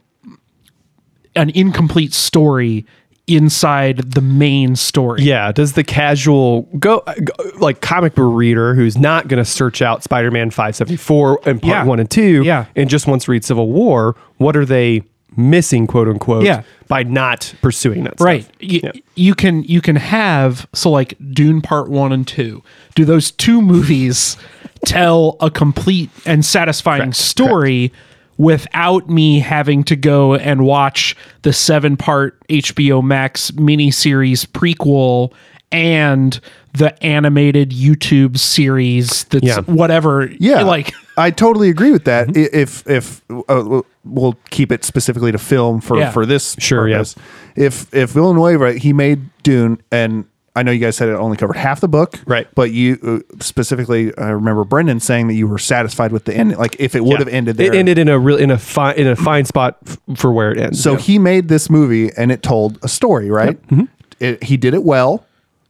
Speaker 4: an incomplete story inside the main story.
Speaker 3: Yeah, does the casual go go- like comic book reader who's not going to search out Spider-Man 574 and part
Speaker 4: Yeah.
Speaker 3: 1 and 2
Speaker 4: Yeah.
Speaker 3: and just wants to read Civil War, what are they missing quote unquote
Speaker 4: Yeah.
Speaker 3: by not pursuing that stuff?
Speaker 4: Right. Y- You can you can have so like Dune Part 1 and 2. Do those two [LAUGHS] movies tell a complete and satisfying story without me having to go and watch the 7-part HBO Max miniseries prequel and the animated YouTube series that's
Speaker 3: Yeah.
Speaker 4: whatever
Speaker 2: Yeah,
Speaker 4: like
Speaker 2: [LAUGHS] I totally agree with that. I-
Speaker 3: Mm-hmm.
Speaker 2: If if uh, we'll keep it specifically to film for
Speaker 4: Yeah.
Speaker 2: for this
Speaker 3: Sure, yeah.
Speaker 2: purpose. If if Villanueva he made Dune, and I know you guys said it only covered half the book,
Speaker 3: Right.
Speaker 2: But you uh, specifically, I remember Brendan saying that you were satisfied with the end. Like if it would have ended there,
Speaker 3: It ended in a real in a fine in a fine spot f- for where it ends.
Speaker 2: so he made this movie and it told a story, right?
Speaker 3: Mm-hmm.
Speaker 2: It, he did it well.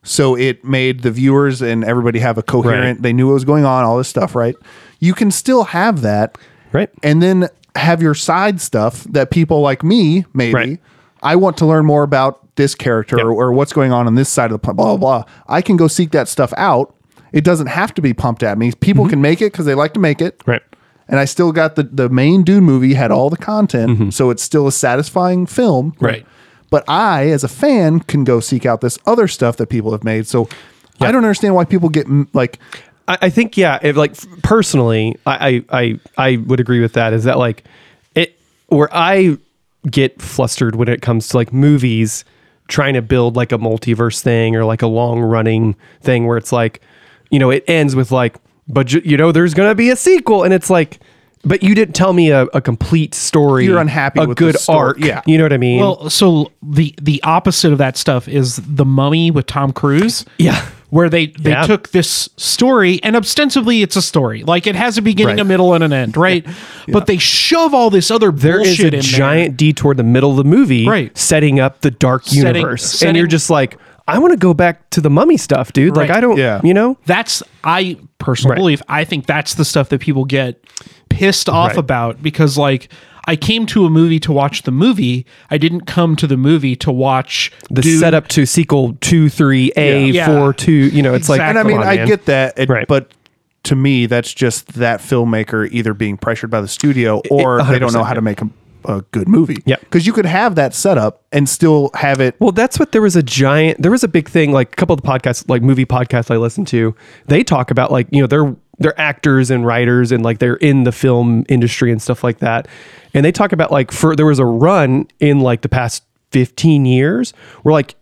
Speaker 2: So it made the viewers and everybody have a coherent,
Speaker 3: Right.
Speaker 2: they knew what was going on, all this stuff, right? You can still have that.
Speaker 3: Right.
Speaker 2: And then have your side stuff that people like me, maybe,
Speaker 3: Right.
Speaker 2: I want to learn more about this character
Speaker 3: Yep.
Speaker 2: or what's going on on this side of the pl- blah, blah, blah. I can go seek that stuff out. It doesn't have to be pumped at me. People can make it because they like to make it
Speaker 3: Mm-hmm. Right.
Speaker 2: and I still got the the main Dune movie had all the content,
Speaker 3: Mm-hmm.
Speaker 2: so it's still a satisfying film.
Speaker 4: Right.
Speaker 2: But I, as a fan, can go seek out this other stuff that people have made. So I don't understand why people get mm, like
Speaker 3: I, I think yeah. If like f- personally, I, I I I would agree with that. Is that like it where I get flustered when it comes to like movies trying to build like a multiverse thing or like a long running thing where it's like you know it ends with like but ju- you know there's gonna be a sequel and it's like but you didn't tell me a, a complete story.
Speaker 2: You're unhappy
Speaker 3: A
Speaker 2: with the
Speaker 3: good
Speaker 2: story.
Speaker 3: arc.
Speaker 2: Yeah.
Speaker 3: you know what I mean.
Speaker 4: Well, so the the opposite of that stuff is the Mummy with Tom Cruise.
Speaker 3: yeah.
Speaker 4: Where they, they
Speaker 3: Yeah.
Speaker 4: took this story and ostensibly it's a story. Like it has a beginning,
Speaker 3: Right.
Speaker 4: a middle, and an end, right? But they shove all this other
Speaker 3: There is
Speaker 4: bullshit
Speaker 3: a
Speaker 4: in
Speaker 3: giant detour in the middle of the movie,
Speaker 4: Right.
Speaker 3: Setting up the dark
Speaker 4: Setting-
Speaker 3: universe,
Speaker 4: setting-
Speaker 3: and you're just like, I want to go back to the mummy stuff, dude. Like
Speaker 4: Right.
Speaker 3: I don't,
Speaker 2: Yeah.
Speaker 3: you know.
Speaker 4: there. That's I personally
Speaker 3: Right.
Speaker 4: believe I think that's the stuff that people get pissed off
Speaker 3: Right.
Speaker 4: about because like I came to a movie to watch the movie. I didn't come to the movie to watch
Speaker 3: The setup to sequel two, three, a
Speaker 4: Yeah.
Speaker 3: four, two. You know, it's like,
Speaker 2: And I
Speaker 3: come
Speaker 2: mean,
Speaker 3: on,
Speaker 2: I
Speaker 3: man.
Speaker 2: get that, it-
Speaker 3: Right.
Speaker 2: but to me, that's just that filmmaker either being pressured by the studio or they don't know
Speaker 3: 100%,
Speaker 2: how to make a, a good movie.
Speaker 3: Yep.
Speaker 2: because you could have that setup and still have it.
Speaker 3: Well, that's what there was a giant. There was a big thing. Like a couple of the podcasts, like movie podcasts I listen to, they talk about like you know they're they're actors and writers and like they're in the film industry and stuff like that. And they talk about like for there was a run in like the past fifteen years where like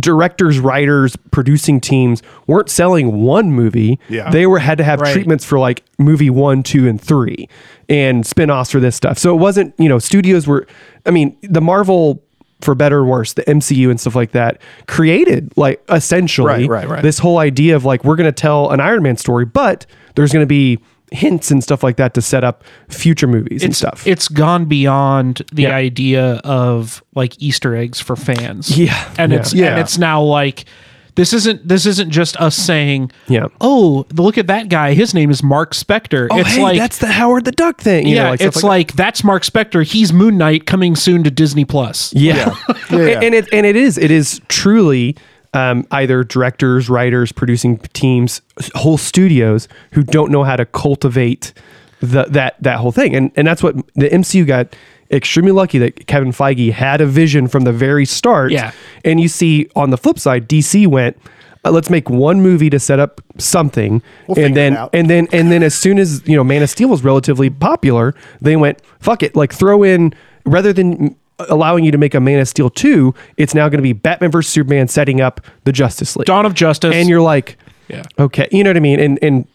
Speaker 3: directors, writers, producing teams weren't selling one movie.
Speaker 2: Yeah.
Speaker 3: They were had to have
Speaker 4: Right.
Speaker 3: treatments for like movie one, two, and three and spin-offs for this stuff. So it wasn't, you know, studios were I mean, the Marvel for better or worse, the MCU and stuff like that created like essentially
Speaker 2: Right, right, right.
Speaker 3: this whole idea of like we're gonna tell an Iron Man story, but there's gonna be hints and stuff like that to set up future movies and
Speaker 4: it's,
Speaker 3: stuff.
Speaker 4: It's gone beyond the idea of like Easter eggs for fans.
Speaker 3: Yeah.
Speaker 4: And
Speaker 3: Yeah.
Speaker 4: it's and
Speaker 2: Yeah.
Speaker 4: it's now like this isn't this isn't just us saying,
Speaker 3: Yeah.
Speaker 4: oh, look at that guy. His name is Mark Spector.
Speaker 3: Oh,
Speaker 4: it's
Speaker 3: hey,
Speaker 4: like
Speaker 3: that's the Howard the Duck thing. You
Speaker 4: yeah,
Speaker 3: know, like stuff
Speaker 4: it's
Speaker 3: that.
Speaker 4: like, that's Mark Spector. He's Moon Knight coming soon to Disney Plus.
Speaker 3: Yeah.
Speaker 2: Yeah, yeah.
Speaker 3: And, and it and it is it is truly um, either directors, writers, producing teams, whole studios who don't know how to cultivate the, that that whole thing. And and that's what the MCU got extremely lucky that Kevin Feige had a vision from the very start.
Speaker 4: Yeah.
Speaker 3: And you see on the flip side, DC went uh, let's make one movie to set up something and
Speaker 2: figure it
Speaker 3: then
Speaker 2: out.
Speaker 3: and then and then as soon as you know man of steel was relatively popular they went fuck it like throw in rather than allowing you to make a man of steel 2 it's now going to be batman versus superman setting up the justice league
Speaker 4: Dawn of Justice.
Speaker 3: and you're like
Speaker 4: Yeah.
Speaker 3: okay you know what i mean and and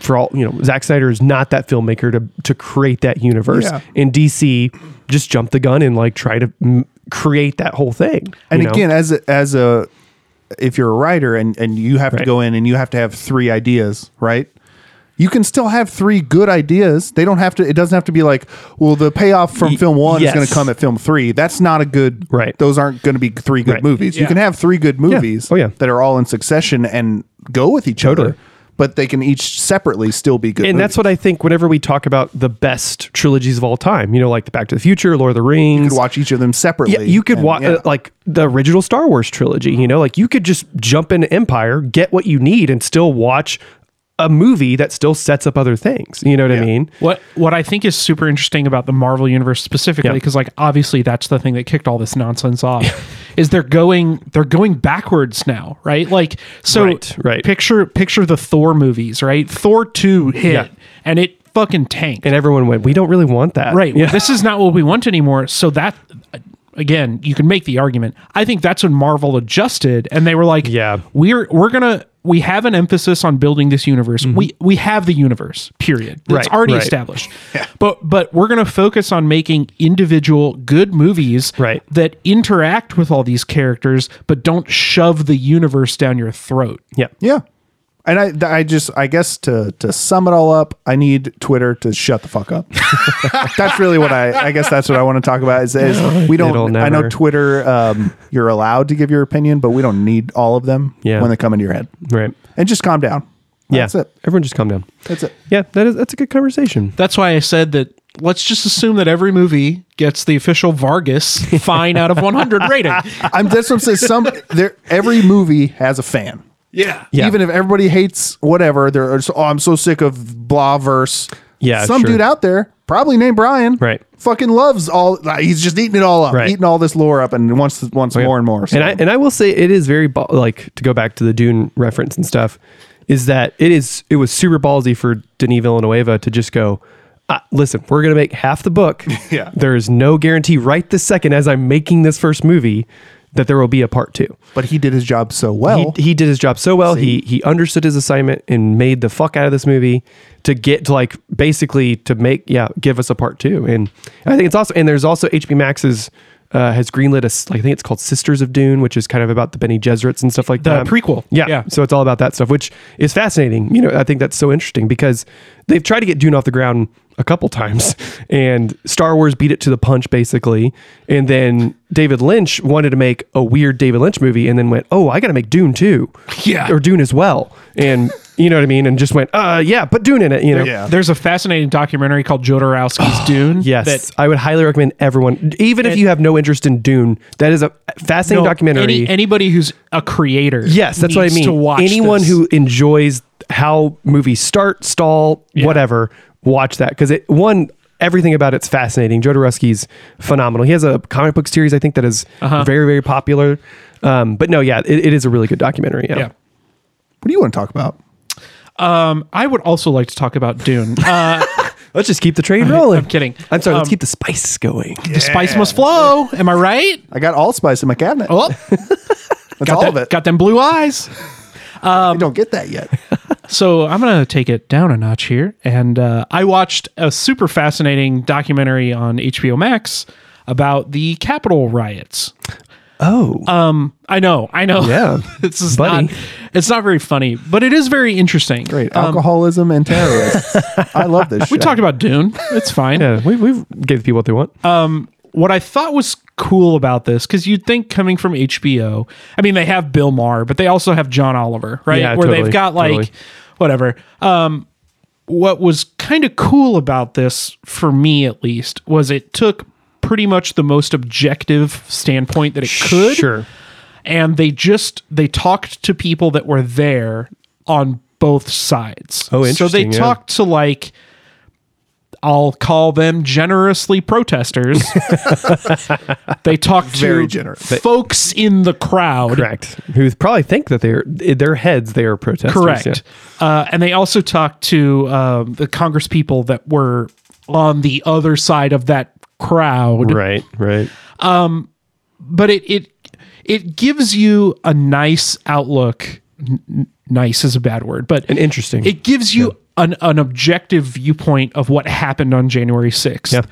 Speaker 3: for all you know Zack snyder is not that filmmaker to to create that universe
Speaker 2: Yeah.
Speaker 3: and dc just jumped the gun and like try to mm, create that whole thing you
Speaker 2: And
Speaker 3: know?
Speaker 2: again, as a, as a if you're a writer and and you have to
Speaker 3: Right.
Speaker 2: go in and you have to have three ideas, right? You can still have three good ideas. They don't have to. It doesn't have to be like, well, the payoff from
Speaker 3: Y-
Speaker 2: film one
Speaker 3: yes.
Speaker 2: is going to come at film three. That's not a good.
Speaker 3: Right.
Speaker 2: Those aren't going to be three good
Speaker 3: Right.
Speaker 2: movies.
Speaker 4: Yeah.
Speaker 2: You can have three good movies.
Speaker 3: Oh, yeah.
Speaker 2: That are all in succession and go with each
Speaker 3: Totally.
Speaker 2: other, but they can each separately still be good.
Speaker 3: and that's what I think. Whenever we talk about the best trilogies of all time, you know, like the Back to the Future, Lord of the Rings,
Speaker 2: you could watch each of them separately.
Speaker 3: yeah, you could
Speaker 2: and-
Speaker 3: watch
Speaker 2: yeah.
Speaker 3: uh, like the original Star Wars trilogy. You know, like you could just jump into Empire, get what you need, and still watch a movie that still sets up other things. You know what I mean?
Speaker 4: What what I think is super interesting about the Marvel universe specifically,
Speaker 3: Yeah.
Speaker 4: because like obviously that's the thing that kicked all this nonsense off, [LAUGHS] is they're going they're going backwards now, right? Like so,
Speaker 3: Right, right.
Speaker 4: Picture picture the Thor movies, right? Thor two hit
Speaker 3: Yeah.
Speaker 4: and it fucking tanked,
Speaker 3: And everyone went, "We don't really want that."
Speaker 4: right?
Speaker 3: Yeah.
Speaker 4: This is not what we want anymore. So that again, you can make the argument. I think that's when Marvel adjusted and they were like,
Speaker 3: Yeah.
Speaker 4: we're we're gonna. We have an emphasis on building this universe. We we have the universe. Period. It's
Speaker 3: Mm-hmm. Right,
Speaker 4: already
Speaker 3: right.
Speaker 4: established established. But but we're going to focus on making individual good movies
Speaker 3: Right.
Speaker 4: that interact with all these characters but don't shove the universe down your throat.
Speaker 3: [LAUGHS] Yeah.
Speaker 2: Yeah. And I, th- I just, I guess to to sum it all up, I need Twitter to shut the fuck up. [LAUGHS] that's really what I, I guess that's what I want to talk about. Is,
Speaker 3: [LAUGHS]
Speaker 2: is we
Speaker 3: It'll
Speaker 2: don't. I know
Speaker 3: never-
Speaker 2: Twitter, um, you're allowed to give your opinion, but we don't need all of them
Speaker 3: Yeah.
Speaker 2: when they come into your head.
Speaker 3: Right.
Speaker 2: And just calm down.
Speaker 3: Yeah.
Speaker 2: That's it.
Speaker 3: Everyone just calm down.
Speaker 2: That's it.
Speaker 3: Yeah, that is that's a good conversation.
Speaker 4: That's why I said that let's just assume that every movie gets the official Vargas fine out of 100
Speaker 3: [LAUGHS]
Speaker 4: rating.
Speaker 2: I'm that's what I'm saying. Some there, every movie has a fan.
Speaker 4: Yeah.
Speaker 3: Yeah.
Speaker 2: Even if everybody hates whatever, they're just, oh, I'm so sick of blah verse.
Speaker 3: Yeah,
Speaker 2: Some
Speaker 3: sure.
Speaker 2: dude out there, probably named Brian,
Speaker 3: Right.
Speaker 2: Fucking loves all. like, he's just eating it all up,
Speaker 3: Right.
Speaker 2: eating all this lore up, and wants wants more and more. So.
Speaker 3: And I and I will say it is very ball- like to go back to the Dune reference and stuff. Is that it is it was super ballsy for Denis Villanueva to just go. Uh, listen, we're gonna make half the book.
Speaker 2: [LAUGHS] Yeah.
Speaker 3: there is no guarantee right this second as I'm making this first movie. that there will be a part two.
Speaker 2: But he did his job so well.
Speaker 3: he, he did his job so well. He he understood his assignment and made the fuck out of this movie to get to like basically to make yeah give us a part two. And I think it's also and there's also HB Max's. Uh, has greenlit us like I think it's called Sisters of Dune, which is kind of about the Benny Gesserits and stuff like
Speaker 4: The
Speaker 3: that.
Speaker 4: prequel.
Speaker 3: yeah.
Speaker 4: Yeah.
Speaker 3: So it's all about that stuff, which is fascinating. You know, I think that's so interesting because they've tried to get Dune off the ground a couple times, [LAUGHS] and Star Wars beat it to the punch basically. And then David Lynch wanted to make a weird David Lynch movie, and then went, "Oh, I got to make Dune too,
Speaker 4: Yeah.
Speaker 3: or Dune as well." And you know what I mean? And just went, "Uh, yeah, put Dune in it." You know,
Speaker 2: Yeah.
Speaker 4: There's a fascinating documentary called
Speaker 3: [GASPS]
Speaker 4: Jodorowsky's Dune.
Speaker 3: Yes,
Speaker 4: that
Speaker 3: I would highly recommend everyone, even if
Speaker 4: And-
Speaker 3: you have no interest in Dune. That is a fascinating
Speaker 4: no,
Speaker 3: documentary.
Speaker 4: any- anybody who's a creator.
Speaker 3: Yes, that's what I
Speaker 4: needs
Speaker 3: mean.
Speaker 4: To watch
Speaker 3: Anyone
Speaker 4: this.
Speaker 3: who enjoys how movies start, stall, whatever, watch that because it one everything about it's fascinating. Jodorowsky's phenomenal. He has a comic book series I think that is
Speaker 4: Uh-huh.
Speaker 3: very very popular. Um, but no, yeah, it, it is a really good documentary. Yeah.
Speaker 4: Yeah.
Speaker 2: what do you want to talk about?
Speaker 4: Um, I would also like to talk about Dune.
Speaker 3: [LAUGHS]
Speaker 4: Uh,
Speaker 3: let's just keep the train
Speaker 4: [LAUGHS]
Speaker 3: rolling.
Speaker 4: I'm kidding.
Speaker 3: I'm sorry.
Speaker 4: Um,
Speaker 3: let's keep the spice going.
Speaker 4: The spice must flow. Am I
Speaker 3: [LAUGHS]
Speaker 4: right?
Speaker 2: I got allspice in my cabinet.
Speaker 4: Oh,
Speaker 2: That's
Speaker 4: got,
Speaker 2: all
Speaker 4: that-
Speaker 2: of it.
Speaker 4: got them blue eyes.
Speaker 2: I don't get that yet.
Speaker 4: So I'm going to take it down a notch here. And uh, I watched a super fascinating documentary on HBO Max about the Capitol riots.
Speaker 3: [LAUGHS] Oh,
Speaker 4: Um, I know, I know.
Speaker 3: Yeah.
Speaker 4: [LAUGHS] this is
Speaker 3: Buddy.
Speaker 4: not. It's not very funny, but it is very interesting.
Speaker 2: Great.
Speaker 3: um,
Speaker 2: Alcoholism and terrorists.
Speaker 3: [LAUGHS]
Speaker 2: I love this
Speaker 4: We
Speaker 2: shit.
Speaker 4: talked about Dune. It's fine.
Speaker 3: yeah. We we gave people what they want.
Speaker 4: Uh, What I thought was cool about this, because you'd think coming from HBO, I mean, they have Bill Maher, but they also have John Oliver, right?
Speaker 3: Yeah,
Speaker 4: Where
Speaker 3: totally,
Speaker 4: they've got like
Speaker 3: totally.
Speaker 4: whatever. Um, what was kind of cool about this, for me at least, was it took pretty much the most objective standpoint that it could.
Speaker 3: sure.
Speaker 4: and they just they talked to people that were there on both sides. So
Speaker 3: Oh,
Speaker 4: they
Speaker 3: interesting, yeah.
Speaker 4: talked to like I'll call them generously
Speaker 3: [LAUGHS]
Speaker 4: protesters. they talked to
Speaker 2: Very generous.
Speaker 4: folks in the crowd.
Speaker 3: Correct. Who probably think that they're in their heads they are protesters.
Speaker 4: Correct.
Speaker 3: yeah.
Speaker 4: Uh, and they also talked to um, the Congress people that were on the other side of that crowd.
Speaker 3: Right. Right.
Speaker 4: but it it it gives you a nice outlook. N- n- nice is a bad word, but
Speaker 3: And interesting.
Speaker 4: It gives you an an objective viewpoint of what happened on January sixth,
Speaker 3: Yeah.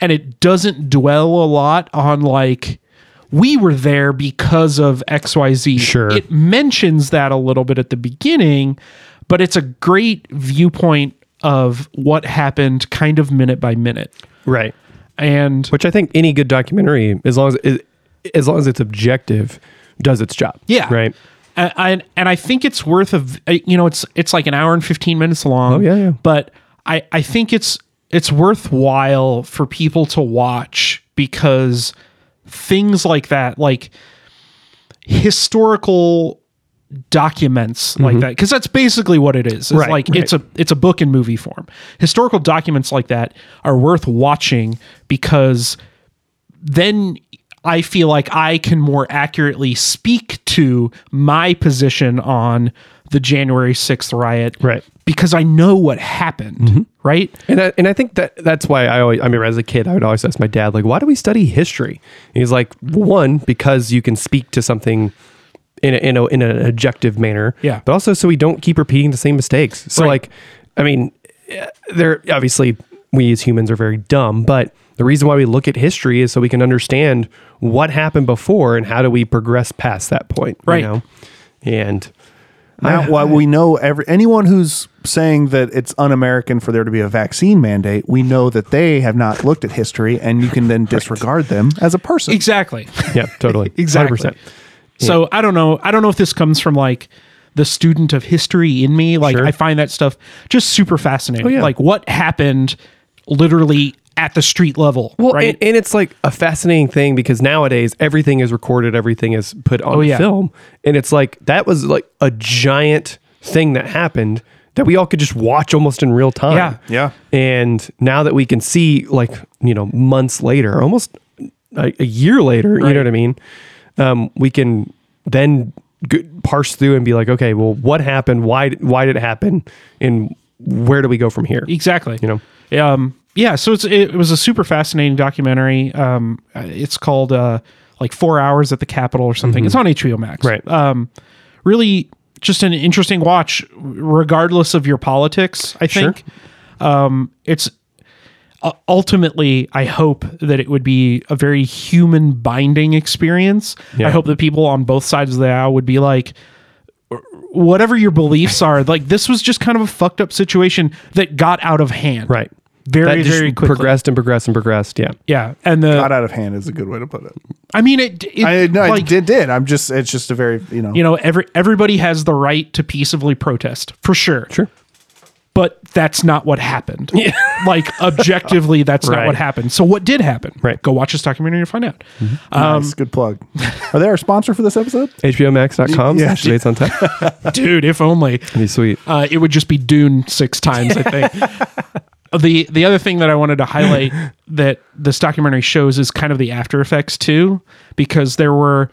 Speaker 4: and it doesn't dwell a lot on like we were there because of X Y Z.
Speaker 3: Sure.
Speaker 4: it mentions that a little bit at the beginning, but it's a great viewpoint of what happened, kind of minute by minute,
Speaker 3: Right.
Speaker 4: and
Speaker 3: which I think any good documentary, as long as it, as long as it's objective, does its job.
Speaker 4: Yeah.
Speaker 3: Right.
Speaker 4: And- and and I think it's worth of you know it's it's like an hour and 15 minutes long.
Speaker 3: Oh, yeah, yeah.
Speaker 4: But I I think it's it's worthwhile for people to watch because things like that like historical documents like that because that's basically what it is. It's
Speaker 3: Mm-hmm. Right,
Speaker 4: like
Speaker 3: right.
Speaker 4: it's a it's a book in movie form. Historical documents like that are worth watching because then I feel like I can more accurately speak to my position on the January 6th riot.
Speaker 3: Right. Mm-hmm.
Speaker 4: Because I know what happened. Right.
Speaker 3: And I, and I think that that's why I always I remember as a kid I would always ask my dad like why do we study history? And he's like one because you can speak to something in a, in, a, in an objective manner.
Speaker 4: Yeah.
Speaker 3: But also so we don't keep repeating the same mistakes. So
Speaker 4: Right.
Speaker 3: like I mean eh, there obviously we as humans are very dumb, but the reason why we look at history is so we can understand what happened before and how do we progress past that point. you
Speaker 4: Right.
Speaker 3: know? And
Speaker 2: [LAUGHS] Now, while we know every anyone who's saying that it's un-American for there to be a vaccine mandate, we know that they have not looked at history, and you can then disregard them as a person.
Speaker 4: Exactly.
Speaker 3: [LAUGHS] yeah, totally.
Speaker 4: [LAUGHS] Exactly.
Speaker 3: 100%.
Speaker 4: So I don't know. I don't know if this comes from like the student of history in me. Like
Speaker 3: Sure. Oh,
Speaker 4: I find that stuff just super fascinating.
Speaker 3: yeah.
Speaker 4: Like what happened literally at the street level.
Speaker 3: Well,
Speaker 4: right.
Speaker 3: and, and it's like a fascinating thing because nowadays everything is recorded, everything is put on
Speaker 4: Oh, yeah.
Speaker 3: film, and it's like that was like a giant thing that happened that we all could just watch almost in real time.
Speaker 4: Yeah.
Speaker 2: Yeah.
Speaker 3: And now that we can see, like you know, months later, almost a, a year later, you know what I mean? Um, we can then g- parse through and be like, okay, well, what happened? Why? d- Why did it happen? And where do we go from here?
Speaker 4: Exactly.
Speaker 3: You
Speaker 4: know. Um. Yeah. So it's it was a super fascinating documentary. Um. It's called uh, like four hours at the Capitol or something. It's on HBO Max.
Speaker 3: Mm-hmm. Right.
Speaker 4: Um, really, just an interesting watch, regardless of your politics. I
Speaker 3: Sure.
Speaker 4: think um, it's uh, ultimately. I hope that it would be a very human binding experience.
Speaker 3: Yeah.
Speaker 4: I hope that people on both sides of the aisle would be like, whatever your beliefs are, like this was just kind of a fucked up situation that got out of hand.
Speaker 3: Right.
Speaker 4: Very,
Speaker 3: That just
Speaker 4: very quickly.
Speaker 3: progressed and progressed and progressed. Yeah.
Speaker 4: Yeah. And the,
Speaker 2: Got out of hand is a good way to put it.
Speaker 4: I mean, it, it
Speaker 2: I no,
Speaker 4: like,
Speaker 2: it did. Did I'm just. It's just a very you know.
Speaker 4: you know, every, everybody has the right to peaceably protest for sure.
Speaker 3: Sure.
Speaker 4: But that's not what happened. Like objectively, that's not
Speaker 3: [LAUGHS] Right.
Speaker 4: what happened. So what did happen?
Speaker 3: Right.
Speaker 4: Go watch this documentary and find out.
Speaker 2: nice, good plug. um, [LAUGHS] Are they our sponsor for this episode?
Speaker 3: HBOMax.com.
Speaker 2: Yeah.
Speaker 3: slash Debates on tap.
Speaker 4: Dude, if only.
Speaker 3: Be sweet.
Speaker 4: uh, it would just be Dune six times. I
Speaker 3: [LAUGHS]
Speaker 4: think. the The other thing that I wanted to highlight that this documentary shows is kind of the after effects too, because there were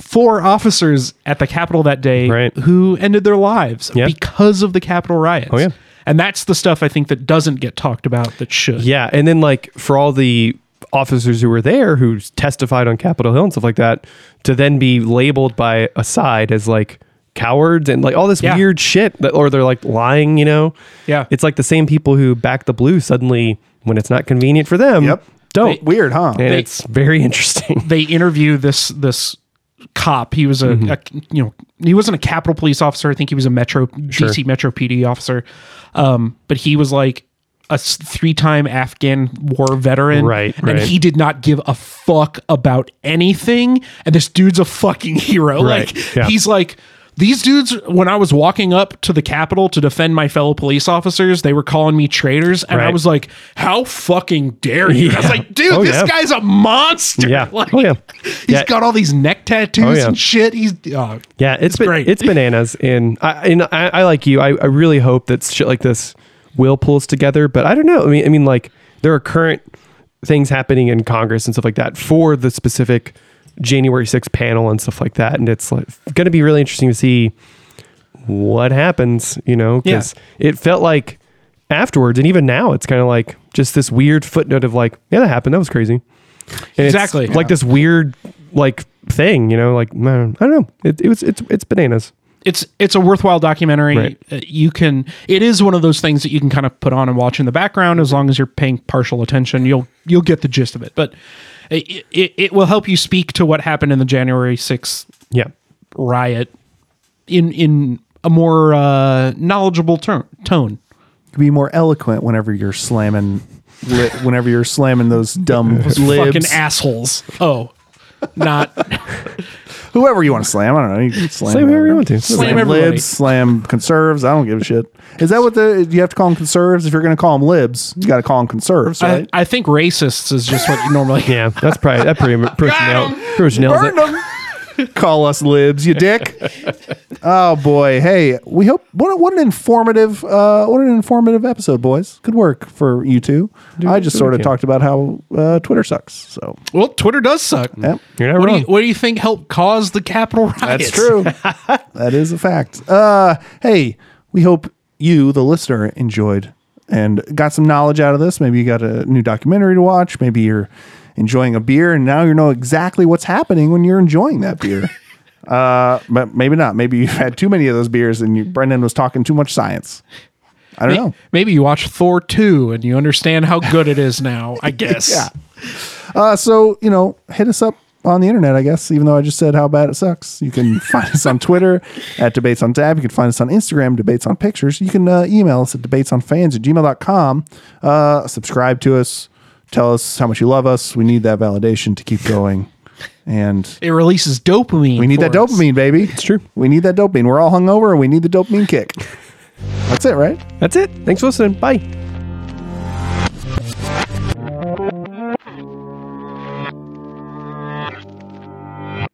Speaker 4: four officers at the Capitol that day
Speaker 3: Right.
Speaker 4: who ended their lives
Speaker 3: Yeah.
Speaker 4: because of the Capitol riots.
Speaker 3: Oh, yeah.
Speaker 4: And that's the stuff I think that doesn't get talked about that should.
Speaker 3: Yeah, and then like for all the officers who were there who testified on Capitol Hill and stuff like that, to then be labeled by a side as like cowards and like all this
Speaker 4: Yeah.
Speaker 3: weird shit that or they're like lying, you know?
Speaker 4: Yeah.
Speaker 3: It's like the same people who back the blue suddenly when it's not convenient for them.
Speaker 2: Yep.
Speaker 3: Don't.
Speaker 2: Weird, huh?
Speaker 3: and
Speaker 4: they-
Speaker 3: it's
Speaker 4: [LAUGHS]
Speaker 3: very interesting.
Speaker 4: they interview this this cop. He was a,
Speaker 3: Mm-hmm.
Speaker 4: a- you know he wasn't a Capitol Police officer. I think he was a Metro DC Metro PD officer. Um, but he was like a three time Afghan war veteran,
Speaker 3: Right,
Speaker 4: And
Speaker 3: right.
Speaker 4: he did not give a fuck about anything. And this dude's a fucking hero.
Speaker 3: Right,
Speaker 4: Like
Speaker 3: yeah.
Speaker 4: he's like. These dudes, when I was walking up to the Capitol to defend my fellow police officers, they were calling me traitors, and I
Speaker 3: Right.
Speaker 4: was like, "How fucking dare you!" I was
Speaker 3: Yeah.
Speaker 4: like, "Dude,
Speaker 3: Oh,
Speaker 4: this
Speaker 3: yeah.
Speaker 4: guy's a monster!"
Speaker 3: Yeah.
Speaker 4: [LAUGHS] Like,
Speaker 3: Oh, yeah.
Speaker 4: He's
Speaker 3: Yeah.
Speaker 4: got all these neck tattoos
Speaker 3: Oh, yeah.
Speaker 4: and shit. He's oh,
Speaker 3: Yeah, it's been,
Speaker 4: great.
Speaker 3: It's bananas, and I and I, I like you. I, I really hope that shit like this will pull us together. But I don't know. I mean, I mean, like there are current things happening in Congress and stuff like that for the specific January 6th panel and stuff like that, and it's like going to be really interesting to see what happens. You know, because it felt like afterwards, and even now, it's kind of like just this weird footnote of like, yeah, that happened. That was crazy. And it's
Speaker 4: Exactly.
Speaker 3: Like this weird like thing, you know, like I don't know. It, it was it's it's bananas.
Speaker 4: it's it's a worthwhile documentary.
Speaker 3: Right.
Speaker 4: Uh, You can it is one of those things that you can kind of put on and watch in the background as long as you're paying partial attention. You'll you'll get the gist of it, but it it, it will help you speak to what happened in the January sixth
Speaker 3: Yeah.
Speaker 4: riot in in a more uh, knowledgeable ter- tone.
Speaker 2: You can be more eloquent whenever you're slamming, li- whenever you're slamming those dumb
Speaker 4: Fucking
Speaker 2: libs,
Speaker 4: assholes. Oh, [LAUGHS] not
Speaker 2: whoever you want to slam. I don't know. You can slam,
Speaker 3: Slam whoever
Speaker 2: whoever.
Speaker 3: you want to.
Speaker 2: Slam,
Speaker 4: Slam everybody.
Speaker 2: libs, slam conserves. I don't give a shit. Is that what the you have to call them conserves? If you're going to call them libs, you got to call them conserves,
Speaker 4: I,
Speaker 2: right?
Speaker 4: I think racists is just what you normally
Speaker 3: Yeah, that's probably that pretty much pretty much nailed, pretty much nails it.
Speaker 2: Burn 'em. [LAUGHS] Call us libs, you
Speaker 3: [LAUGHS]
Speaker 2: dick. oh boy, hey, we hope what, a- what an informative uh, what an informative episode, boys. Good work for you two. I just
Speaker 3: do
Speaker 2: sort
Speaker 3: we
Speaker 2: of
Speaker 3: can.
Speaker 2: talked about how uh, Twitter sucks. So
Speaker 4: Well, Twitter does suck.
Speaker 2: yep.
Speaker 3: You're not
Speaker 4: What do,
Speaker 3: wrong.
Speaker 4: you, what do you think helped cause the Capitol riots?
Speaker 2: That's true. [LAUGHS] that is a fact. Uh, hey, we hope you, the listener, enjoyed and got some knowledge out of this. Maybe you got a new documentary to watch. Maybe you're enjoying a beer and now you know exactly what's happening when you're enjoying that [LAUGHS] beer. uh, but maybe not. Maybe you've had too many of those beers and you, Brendan was talking too much science. I don't know.
Speaker 4: Maybe you watch Thor 2 and you understand how good it is now, I [LAUGHS] guess.
Speaker 2: Yeah. Uh, so you know, hit us up on the internet, I guess. Even though I just said how bad it sucks, you can [LAUGHS] find us on Twitter at debates on tab. You can find us on Instagram, debates on pictures. You can uh, email us at debates on fans at gmail.com. Uh, subscribe to us. Tell us how much you love us. We need that validation to keep going. And
Speaker 4: It releases dopamine.
Speaker 2: we need
Speaker 4: for
Speaker 2: that
Speaker 4: us.
Speaker 2: dopamine, baby. It's
Speaker 3: true.
Speaker 2: We need that dopamine. We're all hungover and we need the dopamine kick. That's it, right?
Speaker 3: That's it. Thanks for listening. Bye.